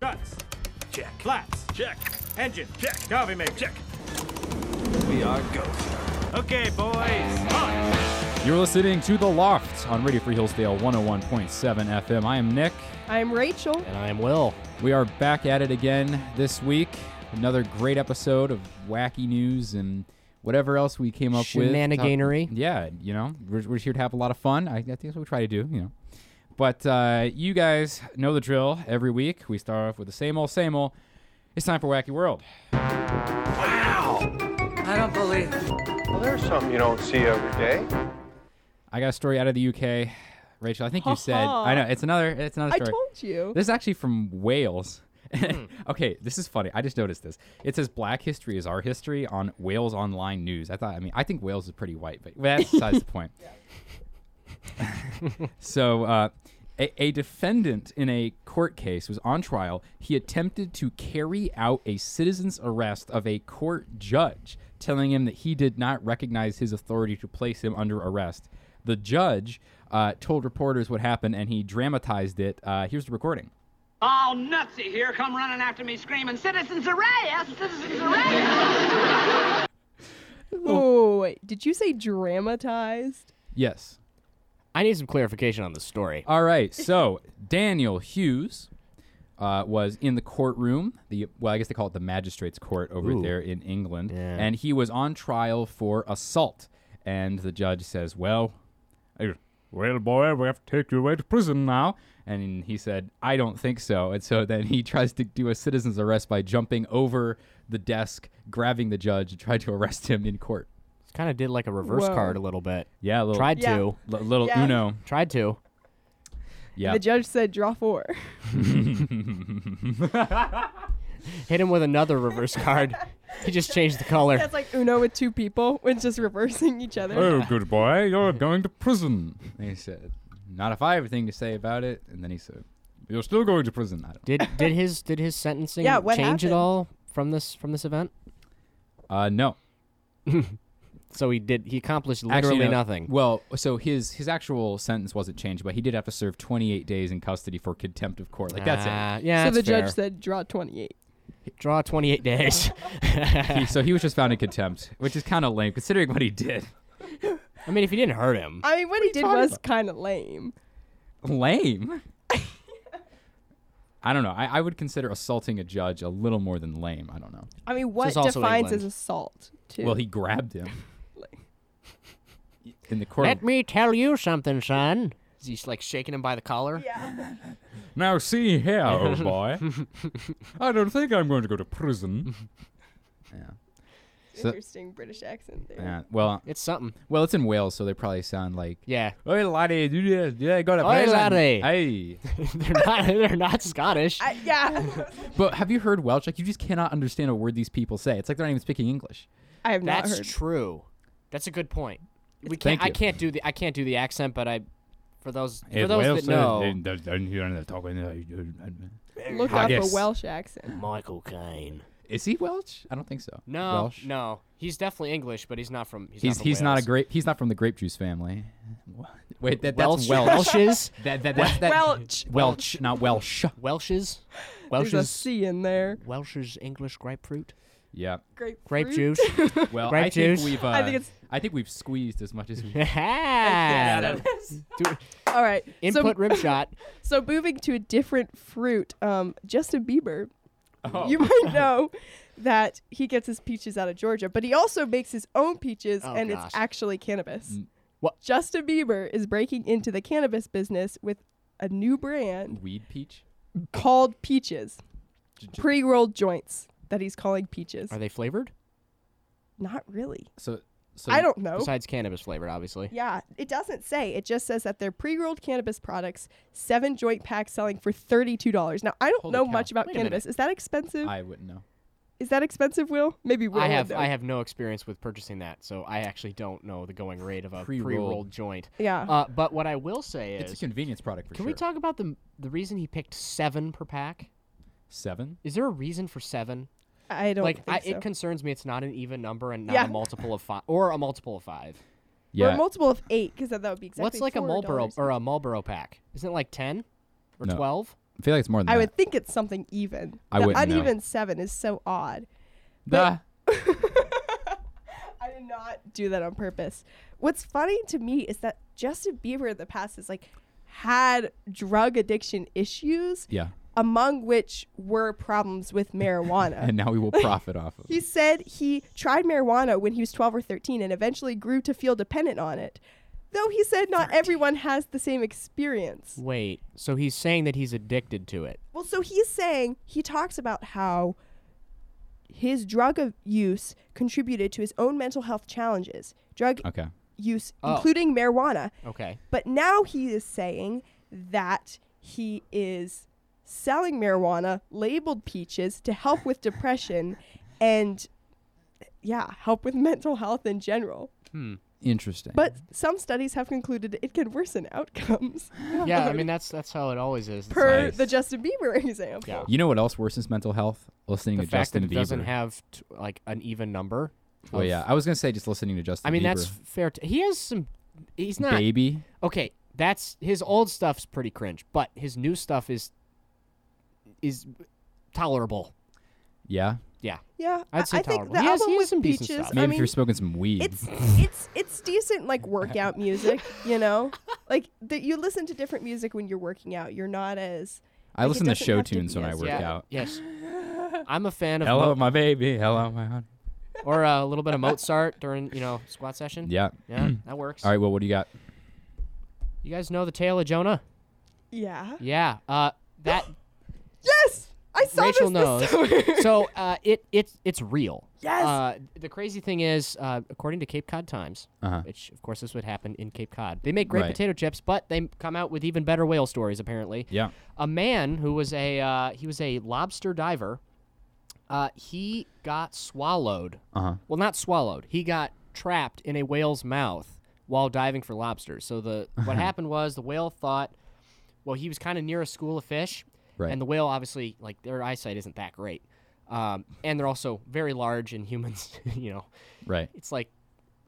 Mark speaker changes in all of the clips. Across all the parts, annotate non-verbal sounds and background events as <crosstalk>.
Speaker 1: Guts.
Speaker 2: Check.
Speaker 1: Flaps.
Speaker 2: Check.
Speaker 1: Engine.
Speaker 2: Check.
Speaker 1: Coffee maker.
Speaker 2: Check. We are ghosts.
Speaker 1: Okay, boys. On.
Speaker 3: You're listening to The Loft on Radio Free Hillsdale 101.7 FM. I am Nick.
Speaker 4: I'm Rachel.
Speaker 5: And I'm Will.
Speaker 3: We are back at it again this week. Another great episode of wacky news and whatever else we came up with.
Speaker 5: Shenaniganery.
Speaker 3: Talk- yeah, you know, we're, we're here to have a lot of fun. I, I think that's what we try to do, you know. But uh, you guys know the drill. Every week we start off with the same old, same old. It's time for Wacky World.
Speaker 6: Well, there's something you don't see every day.
Speaker 3: I got a story out of the UK. Rachel, I think you said.
Speaker 4: Ha-ha.
Speaker 3: I know it's another. It's another
Speaker 4: I
Speaker 3: story.
Speaker 4: told you.
Speaker 3: This is actually from Wales. <laughs> okay, this is funny. I just noticed this. It says Black History is Our History on Wales Online News. I thought, I mean, I think Wales is pretty white, but that's besides the point. so, uh, a, a defendant in a court case was on trial. He attempted to carry out a citizen's arrest of a court judge, telling him that he did not recognize his authority to place him under arrest. The judge uh, told reporters what happened and he dramatized it. Uh, here's the recording.
Speaker 7: All nutsy here come running after me screaming, Citizens Arrest! Citizens Arrest!
Speaker 4: Oh, wait. Did you say dramatized?
Speaker 3: Yes.
Speaker 5: I need some clarification on the story.
Speaker 3: All right. So Daniel Hughes uh, was in the courtroom. The well, I guess they call it the magistrates' court over
Speaker 5: Ooh.
Speaker 3: there in England,
Speaker 5: Yeah.
Speaker 3: and he was on trial for assault. And the judge says, "Well, eh, well, boy, we have to take you away to prison now." And he said, "I don't think so." And so then he <laughs> tries to do a citizen's arrest by jumping over the desk, grabbing the judge, and tried to arrest him in court.
Speaker 5: Kind of did like a reverse
Speaker 4: Whoa.
Speaker 5: card a little bit.
Speaker 3: Yeah, a little,
Speaker 5: Tried
Speaker 4: Yeah.
Speaker 5: to.
Speaker 3: li- little
Speaker 4: Yeah.
Speaker 3: Uno.
Speaker 5: Tried to.
Speaker 3: Yeah,
Speaker 4: The judge said draw four. <laughs>
Speaker 5: Hit him with another reverse
Speaker 4: <laughs>
Speaker 5: card. He just changed the color.
Speaker 4: That's like Uno with two people, which just reversing each other.
Speaker 3: <laughs> Oh, good boy, you're going to prison. And he said, Not if I have anything to say about it. And then he said, You're still going to prison. I don't,
Speaker 5: Did did his did his sentencing
Speaker 4: Yeah, what
Speaker 5: change
Speaker 4: happened?
Speaker 5: at all from this from this event?
Speaker 3: uh, no.
Speaker 5: So he did he accomplished
Speaker 3: Actually,
Speaker 5: literally
Speaker 3: no.
Speaker 5: nothing.
Speaker 3: Well, so his his actual sentence wasn't changed, but he did have to serve 28 days in custody for contempt of court. Like, that's
Speaker 5: Ah, Yeah,
Speaker 4: so the
Speaker 5: that's fair.
Speaker 4: judge said draw 28.
Speaker 5: draw
Speaker 4: <laughs>
Speaker 5: 28 days.
Speaker 3: it. He, so he was just found in
Speaker 5: <laughs>
Speaker 3: contempt, which is kind of lame considering what he did.
Speaker 5: I mean, if he didn't hurt him.
Speaker 4: I mean, what, he did was kind of lame.
Speaker 5: <laughs>
Speaker 3: Lame? I don't know. I, I would consider assaulting a judge a little more than lame. I don't know.
Speaker 4: I mean, what
Speaker 5: it's also
Speaker 4: defines as
Speaker 5: England.
Speaker 4: assault? Too.
Speaker 3: Well, he grabbed
Speaker 5: <laughs>
Speaker 3: him in the court.
Speaker 5: <laughs> Let me tell you something, son. Is he like shaking him by the collar? Yeah.
Speaker 3: Now, see here, <laughs> old boy. I don't think I'm going to go to prison. so-
Speaker 4: interesting British accent there.
Speaker 3: <laughs> Yeah, well,
Speaker 5: It's something.
Speaker 3: well, it's in Wales, so they probably sound like.
Speaker 5: Yeah. <laughs>
Speaker 3: Oi, laddie, do this. Yeah, go to
Speaker 5: Oi,
Speaker 3: prison.
Speaker 5: laddie.
Speaker 3: Hey.
Speaker 5: they're not they're not Scottish.
Speaker 4: I,
Speaker 5: <laughs>
Speaker 4: yeah,
Speaker 3: <laughs> But have you heard Welsh? Like, you just cannot understand a word these people say. It's like they're not even speaking English.
Speaker 4: I have not
Speaker 5: That's
Speaker 4: heard.
Speaker 5: true. That's a good point. We can't,
Speaker 3: Thank
Speaker 5: I
Speaker 3: you.
Speaker 5: can't do the I can't do the accent, but I for those for those that know,
Speaker 4: Look
Speaker 3: I
Speaker 4: up a
Speaker 3: guess.
Speaker 4: Welsh accent.
Speaker 5: Michael Caine.
Speaker 3: Is he Welsh? I don't think so.
Speaker 5: No,
Speaker 3: Welsh?
Speaker 5: no, he's definitely English, but he's not from. He's
Speaker 3: He's
Speaker 5: not, from
Speaker 3: he's not a
Speaker 5: Wales.
Speaker 3: grape. He's not from the grape juice family. Wait, that, that's
Speaker 5: Welsh.
Speaker 3: Welsh.
Speaker 5: <laughs> Welsh's
Speaker 3: That, that, that's that,
Speaker 4: Welch.
Speaker 3: Welch, not Welsh.
Speaker 5: Welsh's
Speaker 3: <laughs>
Speaker 4: There's a
Speaker 5: Welsh's
Speaker 4: C in there.
Speaker 5: Welsh's
Speaker 4: <laughs>
Speaker 5: English grapefruit
Speaker 3: Yeah.
Speaker 4: Grapefruit.
Speaker 5: grape juice.
Speaker 4: <laughs>
Speaker 3: Well,
Speaker 5: Grape
Speaker 3: I
Speaker 5: juice.
Speaker 3: think we've. Uh,
Speaker 4: I think it's-
Speaker 3: I think we've squeezed as much as
Speaker 5: <laughs>
Speaker 3: we.
Speaker 5: Yeah. Do-
Speaker 4: All right. so-
Speaker 5: <laughs> Input rim shot.
Speaker 4: So moving to a different fruit, um, Justin Bieber.
Speaker 5: Oh.
Speaker 4: You
Speaker 5: <laughs>
Speaker 4: might know that he gets his peaches out of Georgia, but he also makes his own peaches,
Speaker 5: Oh,
Speaker 4: and
Speaker 5: gosh. Mm,
Speaker 4: it's actually cannabis.
Speaker 5: What?
Speaker 4: Justin Bieber is breaking into the cannabis business with a new brand
Speaker 3: Weed peach.
Speaker 4: called Peaches, pre-rolled joints that he's calling Peaches.
Speaker 5: Are they flavored?
Speaker 4: Not really.
Speaker 3: So, so
Speaker 4: I don't know.
Speaker 5: Besides cannabis flavored, obviously.
Speaker 4: Yeah, it doesn't say. It just says that they're pre-rolled cannabis products, seven joint packs selling for thirty-two dollars. Now I don't
Speaker 3: Holy
Speaker 4: know
Speaker 3: cow.
Speaker 4: much about
Speaker 5: Wait a
Speaker 4: cannabis. Is that expensive?
Speaker 3: I wouldn't know.
Speaker 4: Is that expensive, Will? Maybe Will
Speaker 5: I
Speaker 4: would
Speaker 5: have
Speaker 4: know.
Speaker 5: I have no experience with purchasing that, so I actually don't know the going rate of a
Speaker 3: Pre-rolled.
Speaker 5: pre-rolled joint.
Speaker 4: Yeah.
Speaker 5: Uh, but what I will say
Speaker 3: It's a
Speaker 5: is,
Speaker 3: convenience product for
Speaker 5: Can
Speaker 3: sure.
Speaker 5: we talk about the the reason he picked seven per pack?
Speaker 3: seven?
Speaker 5: Is there a reason for seven?
Speaker 4: I don't
Speaker 5: like,
Speaker 4: think
Speaker 5: I,
Speaker 4: so.
Speaker 5: it concerns me. It's not an even number and not
Speaker 4: Yeah.
Speaker 5: a multiple of five or a multiple of five.
Speaker 4: Or a multiple of eight, because that would be exactly.
Speaker 5: What's like a
Speaker 4: $4.
Speaker 5: Marlboro or a Marlboro pack? Isn't it like ten or
Speaker 3: No.
Speaker 5: twelve?
Speaker 3: I feel like it's more than
Speaker 4: I
Speaker 3: that.
Speaker 4: would think it's something even.
Speaker 3: I
Speaker 4: the
Speaker 3: wouldn't know.
Speaker 4: uneven seven is so odd.
Speaker 3: Duh.
Speaker 4: I did not do that on purpose. What's funny to me is that Justin Bieber in the past has like had drug addiction issues,
Speaker 3: yeah.
Speaker 4: among which were problems with
Speaker 3: <laughs>
Speaker 4: marijuana.
Speaker 3: And now we will profit off of. it.
Speaker 4: <laughs> He said he tried marijuana when he was 12 or 13 and eventually grew to feel dependent on it. Though he said not everyone has the same experience.
Speaker 5: Wait, so he's saying that he's addicted to it.
Speaker 4: Well, so he's saying he talks about how his drug of- use contributed to his own mental health challenges, drug
Speaker 3: Okay.
Speaker 4: use,
Speaker 5: Oh.
Speaker 4: including marijuana. <laughs>
Speaker 5: Okay.
Speaker 4: But now he is saying that he is selling marijuana, labeled peaches, to help with depression and, yeah, help with mental health in general.
Speaker 3: Interesting.
Speaker 4: But some studies have concluded it can worsen outcomes,
Speaker 5: Yeah, I mean that's that's how it always is.
Speaker 4: <laughs>
Speaker 5: It's
Speaker 4: per
Speaker 5: like
Speaker 4: the Justin Bieber example.
Speaker 5: Yeah.
Speaker 3: you know what else worsens mental health? Listening
Speaker 5: the
Speaker 3: to
Speaker 5: fact
Speaker 3: Justin
Speaker 5: that it
Speaker 3: Bieber.
Speaker 5: doesn't have t- like an even number.
Speaker 3: well,
Speaker 5: of-
Speaker 3: yeah. I was gonna say just listening to Justin.
Speaker 5: I mean
Speaker 3: Bieber.
Speaker 5: that's fair. T- he has some. He's not
Speaker 3: baby.
Speaker 5: okay. That's his old stuff's pretty cringe, but his new stuff is is tolerable.
Speaker 3: Yeah.
Speaker 5: Yeah.
Speaker 4: Yeah,
Speaker 5: I'd
Speaker 4: I-
Speaker 5: say
Speaker 4: I think
Speaker 5: tolerable.
Speaker 4: the
Speaker 5: He has-
Speaker 4: album
Speaker 5: he has
Speaker 4: with
Speaker 5: some decent
Speaker 4: peaches.
Speaker 5: stuff.
Speaker 3: Maybe
Speaker 4: I
Speaker 3: if
Speaker 4: mean,
Speaker 3: you're smoking some weed.
Speaker 4: it's it's it's decent like workout music, you
Speaker 5: <laughs>
Speaker 4: know, like that you listen to different music when you're working out. You're not as
Speaker 3: I
Speaker 4: like, it
Speaker 3: listen to
Speaker 4: doesn't
Speaker 3: show
Speaker 4: have to
Speaker 3: tunes
Speaker 4: be
Speaker 3: when I
Speaker 4: as-
Speaker 3: work
Speaker 5: yeah.
Speaker 3: out.
Speaker 5: Yes. I'm a fan of
Speaker 3: Hello,
Speaker 5: Mo-
Speaker 3: my baby. Hello, my honey.
Speaker 5: or a little bit of Mozart during you know squat session.
Speaker 3: Yeah.
Speaker 5: Yeah, that works.
Speaker 3: All right. Well, what do you got?
Speaker 5: You guys know the tale of Jonah?
Speaker 4: Yeah.
Speaker 5: Yeah. Uh, that
Speaker 4: Yes, I saw
Speaker 5: Rachel knows.
Speaker 4: this. This summer.
Speaker 5: <laughs> so uh, it it's it's real.
Speaker 4: Yes.
Speaker 5: Uh, the crazy thing is, uh, according to Cape Cod Times,
Speaker 3: Uh-huh.
Speaker 5: which of course this would happen in Cape Cod, they make great
Speaker 3: Right.
Speaker 5: potato chips, but they come out with even better whale stories. Apparently,
Speaker 3: Yeah.
Speaker 5: a man who was a uh, he was a lobster diver. Uh, he got swallowed.
Speaker 3: Uh-huh.
Speaker 5: Well, not swallowed. He got trapped in a whale's mouth while diving for lobsters. So the
Speaker 3: <laughs>
Speaker 5: what happened was the whale thought, well, he was kind of near a school of fish,
Speaker 3: Right.
Speaker 5: and the whale obviously like their eyesight isn't that great, um, and they're also very large. And humans, <laughs> you know,
Speaker 3: Right.
Speaker 5: it's like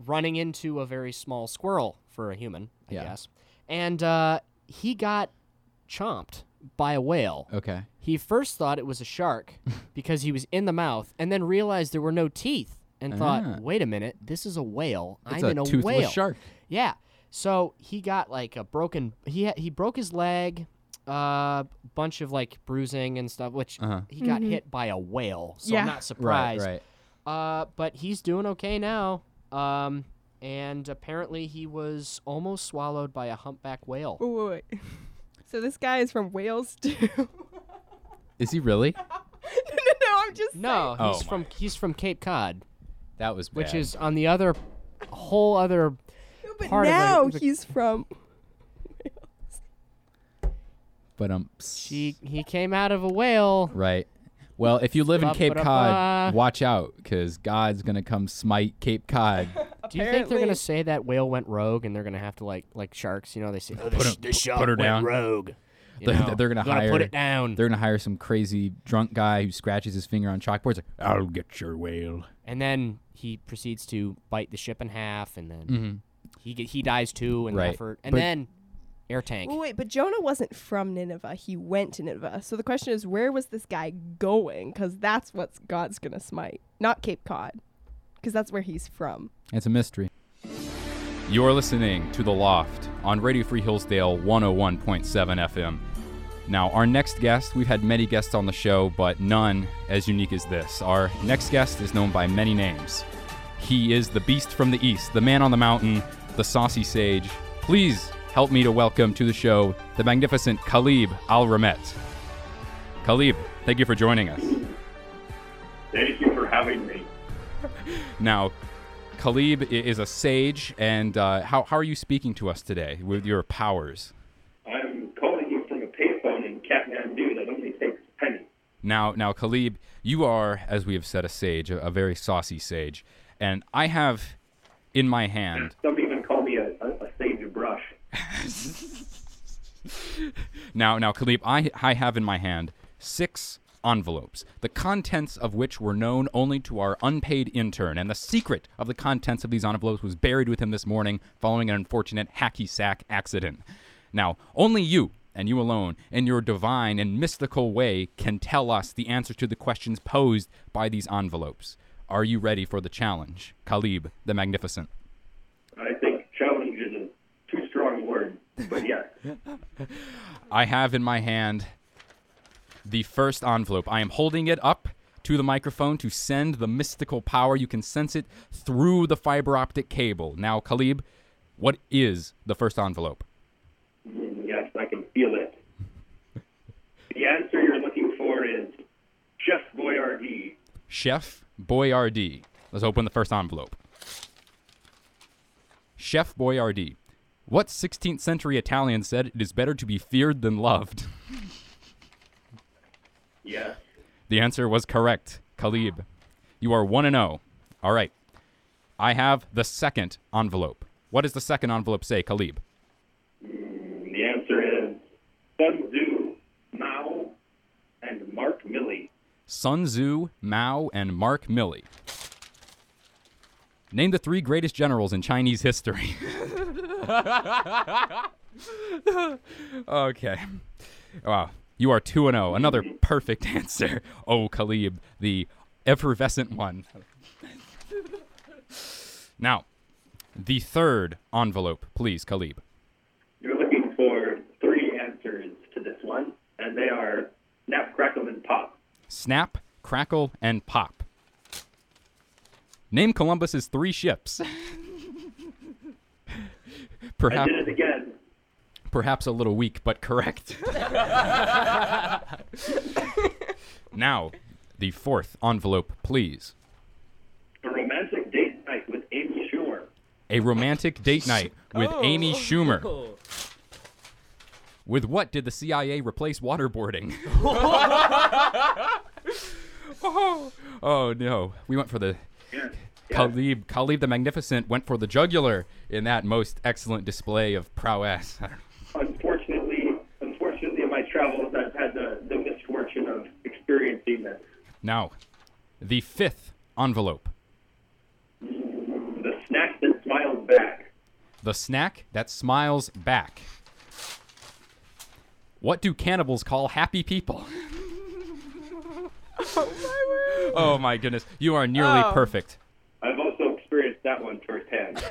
Speaker 5: running into a very small squirrel for a human, I
Speaker 3: Yeah.
Speaker 5: guess. And uh, he got chomped by a whale.
Speaker 3: Okay.
Speaker 5: He first thought it was a
Speaker 3: <laughs>
Speaker 5: shark because he was in the mouth, and then realized there were no teeth, and
Speaker 3: Ah.
Speaker 5: thought, "Wait a minute, this is a whale.
Speaker 3: It's
Speaker 5: I'm
Speaker 3: a
Speaker 5: in a
Speaker 3: toothless
Speaker 5: whale."
Speaker 3: shark.
Speaker 5: Yeah. So he got like a broken. He ha- he broke his leg, a uh, bunch of like bruising and stuff, which
Speaker 3: Uh-huh.
Speaker 5: he got hit by a whale. So
Speaker 4: Mm-hmm. Yeah.
Speaker 5: I'm not surprised.
Speaker 3: Right. Right.
Speaker 5: Uh, but he's doing okay now. Um, and apparently he was almost swallowed by a humpback whale.
Speaker 4: <laughs> Wait, wait, wait. So this guy is from Wales too. <laughs> no,
Speaker 3: Is he really?
Speaker 4: no, no, I'm just
Speaker 5: No,
Speaker 3: Oh
Speaker 5: he's
Speaker 3: my.
Speaker 5: from he's from Cape Cod,
Speaker 3: That was bad.
Speaker 5: which is on the other whole other.
Speaker 4: saying. But
Speaker 5: part of the-
Speaker 4: now
Speaker 5: the-
Speaker 4: he's from.
Speaker 3: But um.
Speaker 5: He he came out of a whale.
Speaker 3: Right. Well, if you live in Cape Cod,
Speaker 5: Ba-ba-da-ba.
Speaker 3: watch out, because God's gonna come smite Cape Cod.
Speaker 5: Do you think they're
Speaker 4: Apparently-
Speaker 5: gonna say that whale went rogue and they're gonna have to like like sharks? You know they say oh, this, this shark
Speaker 3: put her
Speaker 5: went
Speaker 3: down."
Speaker 5: rogue. <laughs> You
Speaker 3: They're-
Speaker 5: know,
Speaker 3: they're gonna hire-
Speaker 5: put it down.
Speaker 3: They're gonna hire some crazy drunk guy who scratches his finger on chalkboards. Like, "Oh, I'll get your whale.
Speaker 5: And then he proceeds to bite the ship in half, and then he get, he dies too in
Speaker 3: Mm-hmm.
Speaker 5: the
Speaker 3: Right.
Speaker 5: effort. And
Speaker 3: But-
Speaker 5: then air tank.
Speaker 4: Well, wait, but Jonah wasn't from Nineveh. He went to Nineveh. So the question is, where was this guy going? Because that's what God's gonna smite, not Cape Cod, because that's where he's from.
Speaker 3: It's a mystery. You're listening to The Loft on Radio Free Hillsdale 101.7 FM. Now, our next guest, we've had many guests on the show, but none as unique as this. Our next guest is known by many names. He is the beast from the east, the man on the mountain, the saucy sage. Please help me to welcome to the show the magnificent Khalib Al Ramet. Khalib, thank you for joining us.
Speaker 8: Thank you for having me.
Speaker 3: Now, Khalib i- is a sage, and uh, how, how are you speaking to us today with your powers?
Speaker 8: I'm calling you from a payphone in Kathmandu that only takes a penny.
Speaker 3: Now, now, Khalib, you are, as we have said, a sage, a, a very saucy sage, and I have in my hand.
Speaker 8: Some even call me a, a, a sage brush.
Speaker 3: Now, now, Khalib, I, I have in my hand six envelopes, the contents of which were known only to our unpaid intern, and the secret of the contents of these envelopes was buried with him this morning following an unfortunate hacky sack accident. Now, only you and you alone, in your divine and mystical way, can tell us the answer to the questions posed by these envelopes. Are you ready for the challenge? Khalib the Magnificent.
Speaker 8: I think challenge is a too strong word, but yeah.
Speaker 3: I have in my hand the first envelope. I am holding it up to the microphone to send the mystical power. You can sense it through the fiber optic cable. Now, Khalib, what is the first envelope?
Speaker 8: Mm, Yes, I can feel it. The answer you're looking for is Chef Boyardee.
Speaker 3: Chef Boyardee. Let's open the first envelope. Chef Boyardee. What 16th century Italian said it is better to be feared than loved? <laughs>
Speaker 8: Yes.
Speaker 3: The answer was correct, Khalib. You are 1 and 0. All right. I have the second envelope. What does the second envelope say, Khalib?
Speaker 8: Mm, The answer is Sun Tzu, Mao, and Mark Milley.
Speaker 3: Sun Tzu, Mao, and Mark Milley. Name the three greatest generals in Chinese history. <laughs> okay. Wow. You are 2 and 0. Another perfect answer. <laughs> Oh, Khalib, the effervescent one. now, the third envelope, please, Khalib.
Speaker 8: You're looking for three answers to this one, and they are Snap, Crackle, and Pop.
Speaker 3: Snap, crackle, and pop. Name Columbus's three
Speaker 8: <laughs>
Speaker 3: ships.
Speaker 8: I
Speaker 3: perhaps,
Speaker 8: did it again.
Speaker 3: perhaps a little weak, but
Speaker 8: <laughs>
Speaker 3: correct. now, the fourth envelope, please.
Speaker 8: A romantic date night with Amy Schumer.
Speaker 3: A romantic date night with
Speaker 8: Oh,
Speaker 3: Amy Schumer. With what did the CIA replace
Speaker 8: <laughs>
Speaker 3: waterboarding? <laughs> oh, oh no. We went for the
Speaker 8: Yeah.
Speaker 3: Khalib, Khalib the Magnificent went for the jugular in that most excellent display of prowess. <laughs>
Speaker 8: Unfortunately, unfortunately, in my travels, I've had the, the misfortune of experiencing this.
Speaker 3: now, the fifth envelope.
Speaker 8: The snack that smiles back.
Speaker 3: The snack that smiles back. What do cannibals call happy people? <laughs> oh my goodness. You are nearly perfect.
Speaker 8: I've also experienced that one firsthand.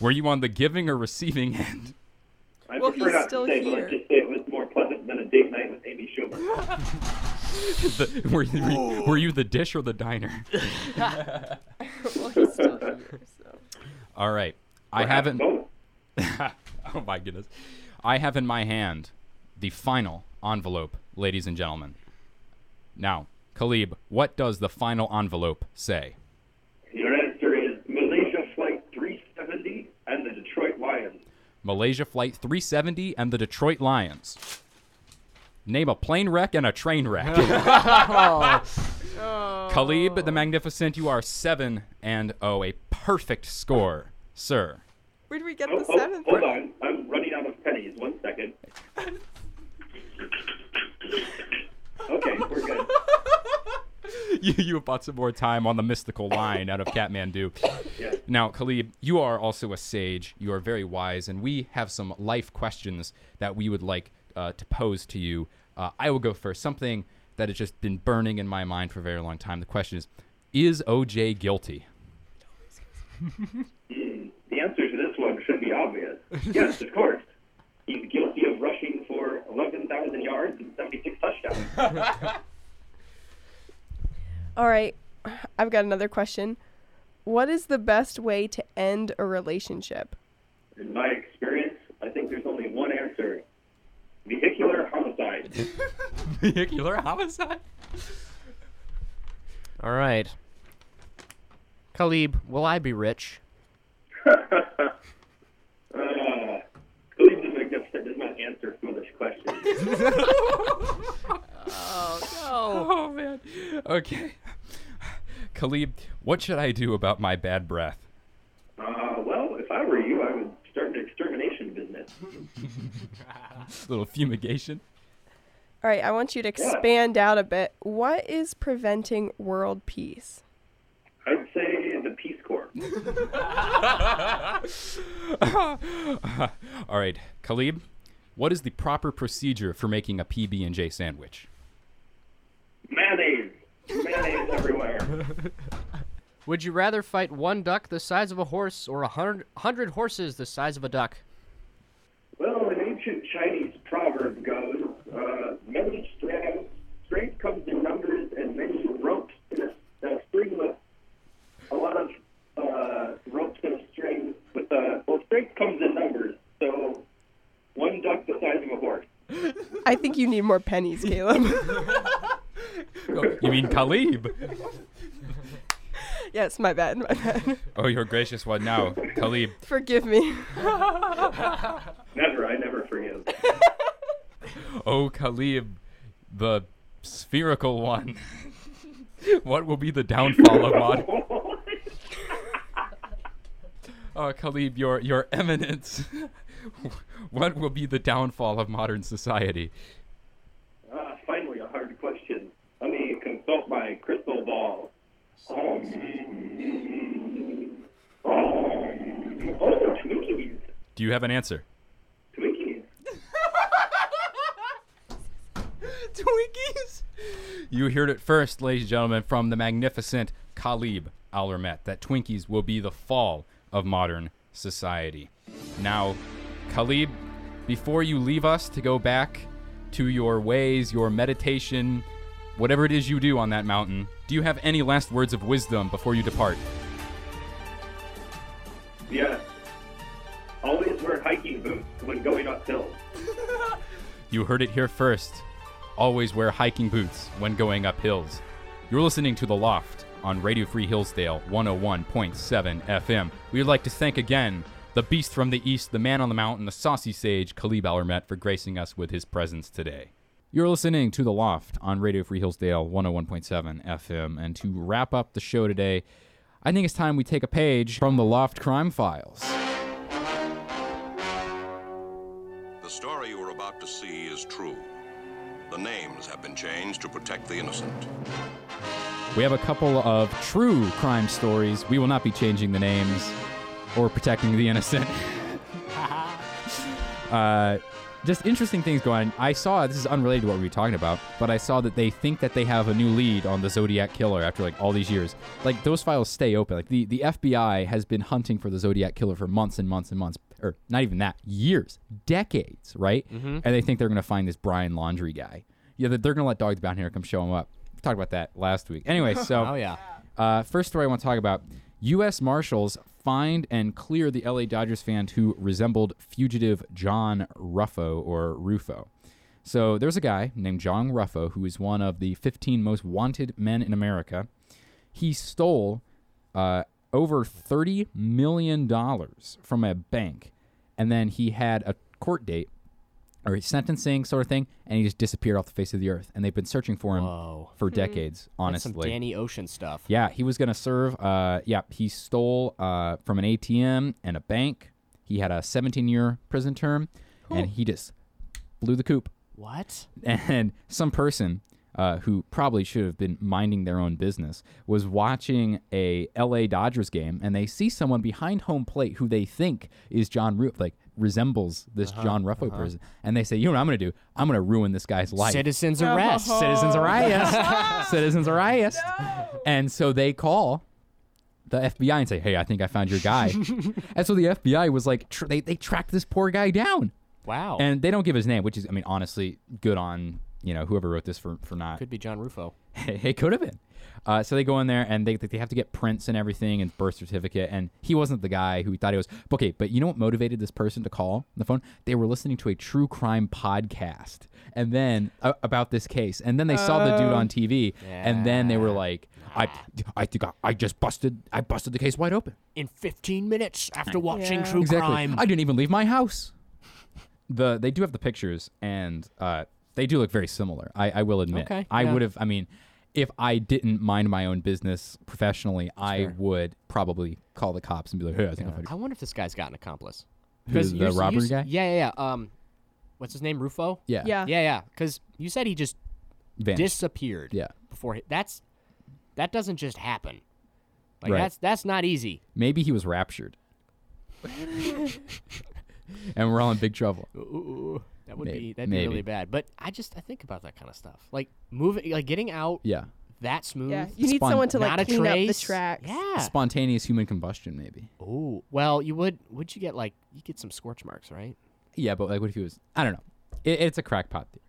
Speaker 3: Were you on the giving or receiving end? <laughs>
Speaker 8: I
Speaker 4: Well,
Speaker 8: prefer
Speaker 4: he's
Speaker 8: not
Speaker 4: still
Speaker 8: to say, but
Speaker 4: here.
Speaker 8: let's just say it was more pleasant than a date night with Amy Schumer.
Speaker 3: The- were, you- were you, were you the dish or the diner?
Speaker 4: well, he's still here, so.
Speaker 3: All right. I
Speaker 8: Perhaps
Speaker 3: haven't.
Speaker 8: both.
Speaker 3: <laughs> oh my goodness. I have in my hand the final envelope, ladies and gentlemen. Now, Khalib, what does the final envelope say?
Speaker 8: Your answer is Malaysia Flight 370 and the Detroit Lions.
Speaker 3: Malaysia Flight 370 and the Detroit Lions. Name a plane wreck and a train wreck. <laughs> Khalib the Magnificent, you are 7 and oh, a perfect score, sir.
Speaker 4: Where did we get
Speaker 8: Oh,
Speaker 4: the
Speaker 8: oh,
Speaker 4: seventh
Speaker 8: hold
Speaker 4: one?
Speaker 8: on. I'm running out of pennies. One second. Okay, we're good.
Speaker 3: <laughs> you, you have bought some more time on the mystical line out of Kathmandu.
Speaker 8: Yeah.
Speaker 3: Now, Khalib, you are also a sage. You are very wise, and we have some life questions that we would like uh, to pose to you. Uh, I will go first. Something that has just been burning in my mind for a very long time. The question is Is OJ guilty?
Speaker 8: The answer to this one should be obvious. Yes, of course. He's guilty of rushing for 11,000 yards and 76 touchdowns.
Speaker 4: All right. I've got another question. What is the best way to end a relationship?
Speaker 8: In my experience, I think there's only one answer vehicular homicide. <laughs>
Speaker 3: Vehicular homicide?
Speaker 5: All right. Khalib, will I be rich?
Speaker 8: Uh, believe the magnificent does not answer foolish questions.
Speaker 3: Oh, man. Okay. <laughs> Khalib, what should I do about my bad breath?
Speaker 8: Uh, well, if I were you, I would start an extermination business.
Speaker 3: little fumigation.
Speaker 4: All right, I want you to expand out a bit. What is preventing world peace?
Speaker 8: I'd say the Peace Corps.
Speaker 3: All right, Khalib, What is the proper procedure for making a PB and J sandwich?
Speaker 8: Mayonnaise. Mayonnaise everywhere.
Speaker 5: Would you rather fight one duck the size of a horse or a hundred, hundred horses the size of a duck?
Speaker 8: Well, an ancient Chinese proverb goes, uh, many strands, strength comes in numbers and many ropes in a, a string with a lot of uh, ropes in a string with uh, well, strength comes in numbers. So one duck the size of a horse.
Speaker 4: I think you need more pennies, Caleb.
Speaker 3: Oh, you mean Khalib?
Speaker 4: yes, my bad, my bad.
Speaker 3: Oh, your gracious one now, Khalib.
Speaker 4: Forgive me.
Speaker 8: Never, I never forgive. <laughs>
Speaker 3: Oh, Khalib, the spherical one. what will be the downfall of modern? Oh, Khalib, your your eminence. <laughs> what will be the downfall of modern society?
Speaker 8: Ah, finally, a hard question. Let me consult my crystal ball. Oh, Um, um, oh, Twinkies.
Speaker 3: Do you have an answer?
Speaker 8: Twinkies.
Speaker 3: <laughs>
Speaker 4: Twinkies.
Speaker 3: You heard it first, ladies and gentlemen, from the magnificent Khalib Alarmet that Twinkies will be the fall of modern society. Now, Khalib, before you leave us to go back to your ways, your meditation, whatever it is you do on that mountain, do you have any last words of wisdom before you depart?
Speaker 8: Yes. Always wear hiking boots when going up hills.
Speaker 3: You heard it here first. Always wear hiking boots when going up hills. You're listening to The Loft on Radio Free Hillsdale 101.7 FM. We would like to thank again the beast from the east, the man on the mountain, the saucy sage, Khalib Alarmet, for gracing us with his presence today. You're listening to The Loft on Radio Free Hillsdale 101.7 FM. And to wrap up the show today, I think it's time we take a page from The Loft Crime Files.
Speaker 9: The story you are about to see is true. The names have been changed to protect the innocent.
Speaker 3: We have a couple of true crime stories. We will not be changing the names or protecting the innocent. <laughs> uh, just interesting things going on. I saw, this is unrelated to what we were talking about, but I saw that they think that they have a new lead on the Zodiac Killer after like all these years. Like those files stay open. Like the, the FBI has been hunting for the Zodiac Killer for months and months and months. Or not even that, years, decades, right? And they think they're going to find this Brian Laundry guy. Yeah, they're going to let dogs down here come show him up. We talked about that last week.
Speaker 5: <laughs>
Speaker 3: Anyway, so.
Speaker 5: Oh, yeah.
Speaker 3: Uh, first story I want to talk about U.S. Marshals find and clear the LA Dodgers fan who resembled fugitive John Ruffo or Rufo. So there's a guy named John Ruffo who is one of the 15 most wanted men in America. He stole uh, over $30 million from a bank, and then he had a court date or his sentencing sort of thing, and he just disappeared off the face of the earth. And they've been searching for him
Speaker 5: Whoa.
Speaker 3: for decades,
Speaker 5: That's
Speaker 3: honestly.
Speaker 5: some Danny Ocean stuff.
Speaker 3: Yeah, he was gonna serve. Uh, yeah, he stole uh, from an ATM and a bank. He had a 17-year prison term, and he just blew the coop.
Speaker 5: What?
Speaker 3: And some person uh, who probably should have been minding their own business was watching a LA Dodgers game, and they see someone behind home plate who they think is John Ruff, like resembles this John Ruffo person, and they say, "You know what I'm gonna do? I'm gonna ruin this guy's life." <laughs>
Speaker 5: Citizens arrest.
Speaker 3: Citizens <laughs> arrest. Citizens arrest. And so they call the FBI and say, "Hey, I think I found your guy." and so the FBI was like, tr- they they tracked this poor guy down,
Speaker 5: Wow.
Speaker 3: and they don't give his name, which is, I mean, honestly, good on you know whoever wrote this for for not
Speaker 5: Could be John Rufo.
Speaker 3: it could have been. Uh, so they go in there and they they have to get prints and everything and birth certificate. And he wasn't the guy who he thought he was. Okay, but you know what motivated this person to call on the phone? They were listening to a true crime podcast, and then uh, about this case, and then they saw the dude on TV, and then they were like, "I, I think I, I just busted, I busted the case wide open."
Speaker 5: In 15 minutes after watching
Speaker 4: Yeah.
Speaker 5: True
Speaker 3: Exactly.
Speaker 5: Crime.
Speaker 3: I didn't even leave my house. The they do have the pictures and uh, they do look very similar. I, I will admit.
Speaker 5: Okay,
Speaker 3: I
Speaker 5: yeah.
Speaker 3: would have. I mean, if I didn't mind my own business professionally, I would probably call the cops and be like, "Hey, I think I
Speaker 5: I wonder if this guy's got an accomplice.
Speaker 3: Who,
Speaker 5: 'Cause
Speaker 3: the
Speaker 5: you s- you
Speaker 3: robbery
Speaker 5: s-
Speaker 3: guy?
Speaker 5: Yeah, yeah, yeah. Um, what's his name? Rufo.
Speaker 3: yeah,
Speaker 4: Yeah.
Speaker 5: Yeah, yeah. Because you said he just
Speaker 3: vanished.
Speaker 5: disappeared.
Speaker 3: Yeah.
Speaker 5: Before he, that's that doesn't just happen. Like
Speaker 3: Right.
Speaker 5: that's that's not easy.
Speaker 3: Maybe he was
Speaker 5: <laughs>
Speaker 3: raptured, and we're all in big trouble.
Speaker 5: That would
Speaker 3: Maybe-
Speaker 5: be that'd
Speaker 3: maybe.
Speaker 5: be really bad. But I just I think about that kind of stuff. Like moving, like getting out
Speaker 3: Yeah.
Speaker 5: that smooth.
Speaker 4: Yeah, you need
Speaker 3: Spun-
Speaker 4: someone to
Speaker 5: not
Speaker 4: like
Speaker 5: a
Speaker 4: clean up the
Speaker 5: trace.
Speaker 4: tracks.
Speaker 5: Yeah.
Speaker 3: Spontaneous human combustion, maybe.
Speaker 5: Oh well, you would. Would you get like you get some scorch marks, right?
Speaker 3: Yeah, but like, what if he was? I don't know. It, it's a crackpot theory.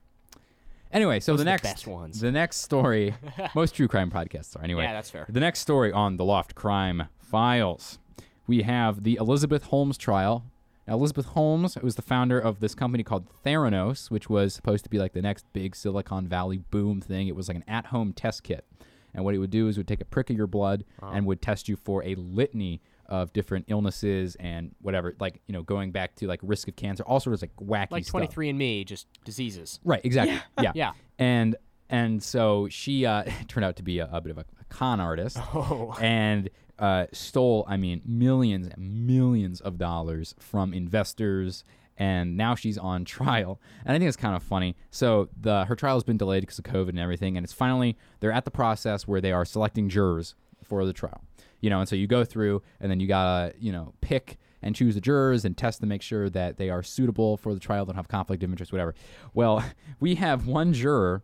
Speaker 3: Anyway, so the
Speaker 5: are the
Speaker 3: next
Speaker 5: best ones.
Speaker 3: the next
Speaker 5: <laughs>
Speaker 3: story, most true crime podcasts are anyway.
Speaker 5: Yeah, that's fair.
Speaker 3: The next story on the Loft Crime Files, we have the Elizabeth Holmes trial. Now, Elizabeth Holmes was the founder of this company called Theranos, which was supposed to be like the next big Silicon Valley boom thing. It was like an at-home test kit, and what it would do is it would take a prick of your blood and would test you for a litany of different illnesses and whatever, like you know, going back to like risk of cancer, all sorts of like wacky
Speaker 5: Like
Speaker 3: stuff.
Speaker 5: twenty three and Me, just diseases.
Speaker 3: Right, exactly. Yeah. yeah.
Speaker 5: Yeah.
Speaker 3: And and so she uh, <laughs> turned out to be a, a bit of a, a con artist
Speaker 5: Oh.
Speaker 3: and uh, stole, I mean, millions and millions of dollars from investors. And now she's on trial, and I think it's kind of funny. So the her trial has been delayed because of COVID and everything, and it's finally they're at the process where they are selecting jurors for the trial. You know, and so you go through, and then you gotta you know pick and choose the jurors and test to make sure that they are suitable for the trial, don't have conflict of interest, whatever. Well, <laughs> we have one juror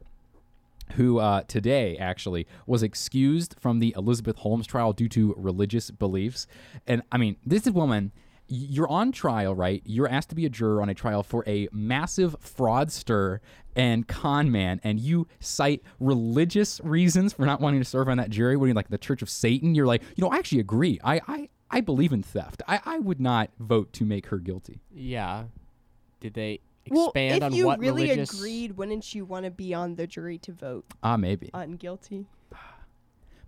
Speaker 3: who uh, today actually was excused from the Elizabeth Holmes trial due to religious beliefs. And I mean, this is woman. You're on trial, right? You're asked to be a juror on a trial for a massive fraudster and con man, and you cite religious reasons for not wanting to serve on that jury. When you're like the Church of Satan, you're like, you know, I actually agree. I, I, I believe in theft. I, I would not vote to make her guilty.
Speaker 5: Yeah. Did they
Speaker 4: Well,
Speaker 5: expand
Speaker 4: if
Speaker 5: on
Speaker 4: you
Speaker 5: what
Speaker 4: really
Speaker 5: religious?
Speaker 4: agreed, wouldn't you want to be on the jury to vote
Speaker 3: Ah, maybe.
Speaker 4: on guilty?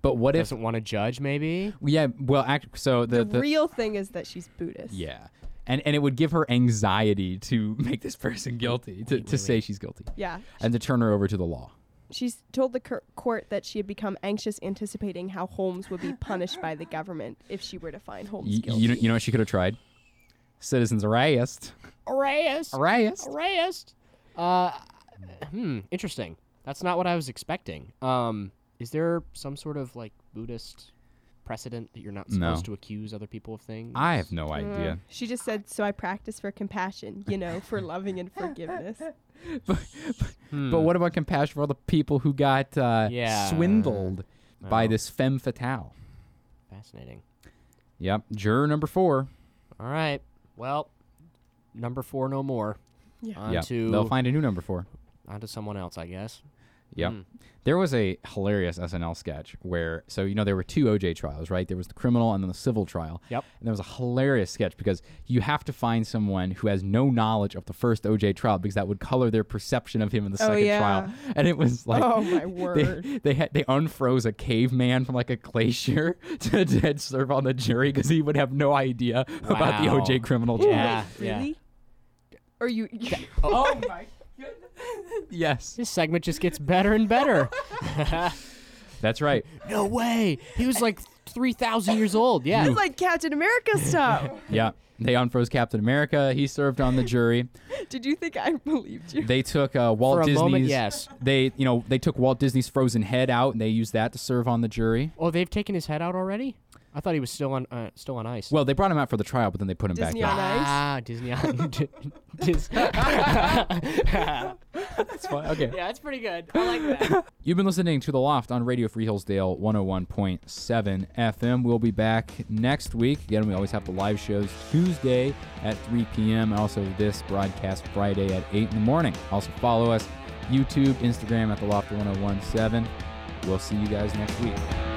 Speaker 3: But what if?
Speaker 5: Doesn't want to judge, maybe.
Speaker 3: Yeah. Well, act, so the,
Speaker 4: The,
Speaker 3: the
Speaker 4: real thing is that she's Buddhist.
Speaker 3: Yeah. And and it would give her anxiety to <laughs> make this person guilty, to, to say she's guilty.
Speaker 4: Yeah.
Speaker 3: And to turn her over to the law.
Speaker 4: She's told the cur- court that she had become anxious, anticipating how Holmes would be punished by the government if she were to find Holmes
Speaker 3: You,
Speaker 4: guilty.
Speaker 3: you, know, you know what she could have tried? Citizens arrest.
Speaker 5: Arrest.
Speaker 3: Arrest.
Speaker 5: Arrest. Uh, hmm. Interesting. That's not what I was expecting. Um, is there some sort of like Buddhist precedent that you're not
Speaker 3: No.
Speaker 5: supposed to accuse other people of things?
Speaker 3: I have no idea.
Speaker 4: She just said, "So I practice for compassion, you know, for loving and forgiveness."
Speaker 3: But what about compassion for all the people who got uh,
Speaker 5: Hmm. Yeah.
Speaker 3: swindled by
Speaker 5: Oh.
Speaker 3: this femme fatale?
Speaker 5: Fascinating.
Speaker 3: Yep. Juror number four.
Speaker 5: All right. Well, number four, no more.
Speaker 4: Yeah.
Speaker 5: On
Speaker 3: Yep.
Speaker 5: to
Speaker 3: They'll find a new number four.
Speaker 5: on to someone else, I guess.
Speaker 3: Yep.
Speaker 5: Mm.
Speaker 3: There was a hilarious SNL sketch where, so, you know, there were two OJ trials, right? There was the criminal and then the civil trial.
Speaker 5: Yep.
Speaker 3: And there was a hilarious sketch because you have to find someone who has no knowledge of the first OJ trial because that would color their perception of him in the
Speaker 4: Oh,
Speaker 3: second
Speaker 4: yeah.
Speaker 3: trial. And it was like,
Speaker 4: Oh,
Speaker 3: <laughs>
Speaker 4: my
Speaker 3: They,
Speaker 4: word.
Speaker 3: they had they unfroze a caveman from like a glacier <laughs> to, to serve on the jury because he would have no idea about the
Speaker 5: Wow.
Speaker 3: OJ criminal trial.
Speaker 5: Yeah. yeah.
Speaker 4: Really? Or you? <laughs>
Speaker 3: Oh my goodness. Yes,
Speaker 5: This segment just gets better
Speaker 4: <laughs>
Speaker 5: and better.
Speaker 3: that's right.
Speaker 5: no way. He was like 3,000 years old. Yeah.
Speaker 4: It's like Captain America stuff.
Speaker 3: Yeah. They unfroze Captain America. He served on the jury.
Speaker 4: Did you think I believed you?
Speaker 3: They took uh, Walt
Speaker 5: For a
Speaker 3: Disney's.
Speaker 5: moment, yes.
Speaker 3: They, you know, they took Walt Disney's frozen head out and they used that to serve on the jury.
Speaker 5: oh, they've taken his head out already? I thought he was still on uh, still on ice.
Speaker 3: Well, they brought him out for the trial, but then they put him
Speaker 4: Disney
Speaker 3: back
Speaker 4: on
Speaker 3: in.
Speaker 4: ice.
Speaker 5: Ah, Disney on <laughs> Dis-
Speaker 3: That's fine. Okay.
Speaker 5: Yeah, that's pretty good. I like that.
Speaker 3: You've been listening to The Loft on Radio Free Hillsdale 101.7 FM. We'll be back next week. Again, we always have the live shows Tuesday at 3 p.m. and Also, this broadcast Friday at 8 in the morning. Also, oh follow us YouTube, Instagram at The Loft 1017. We'll see you guys next week.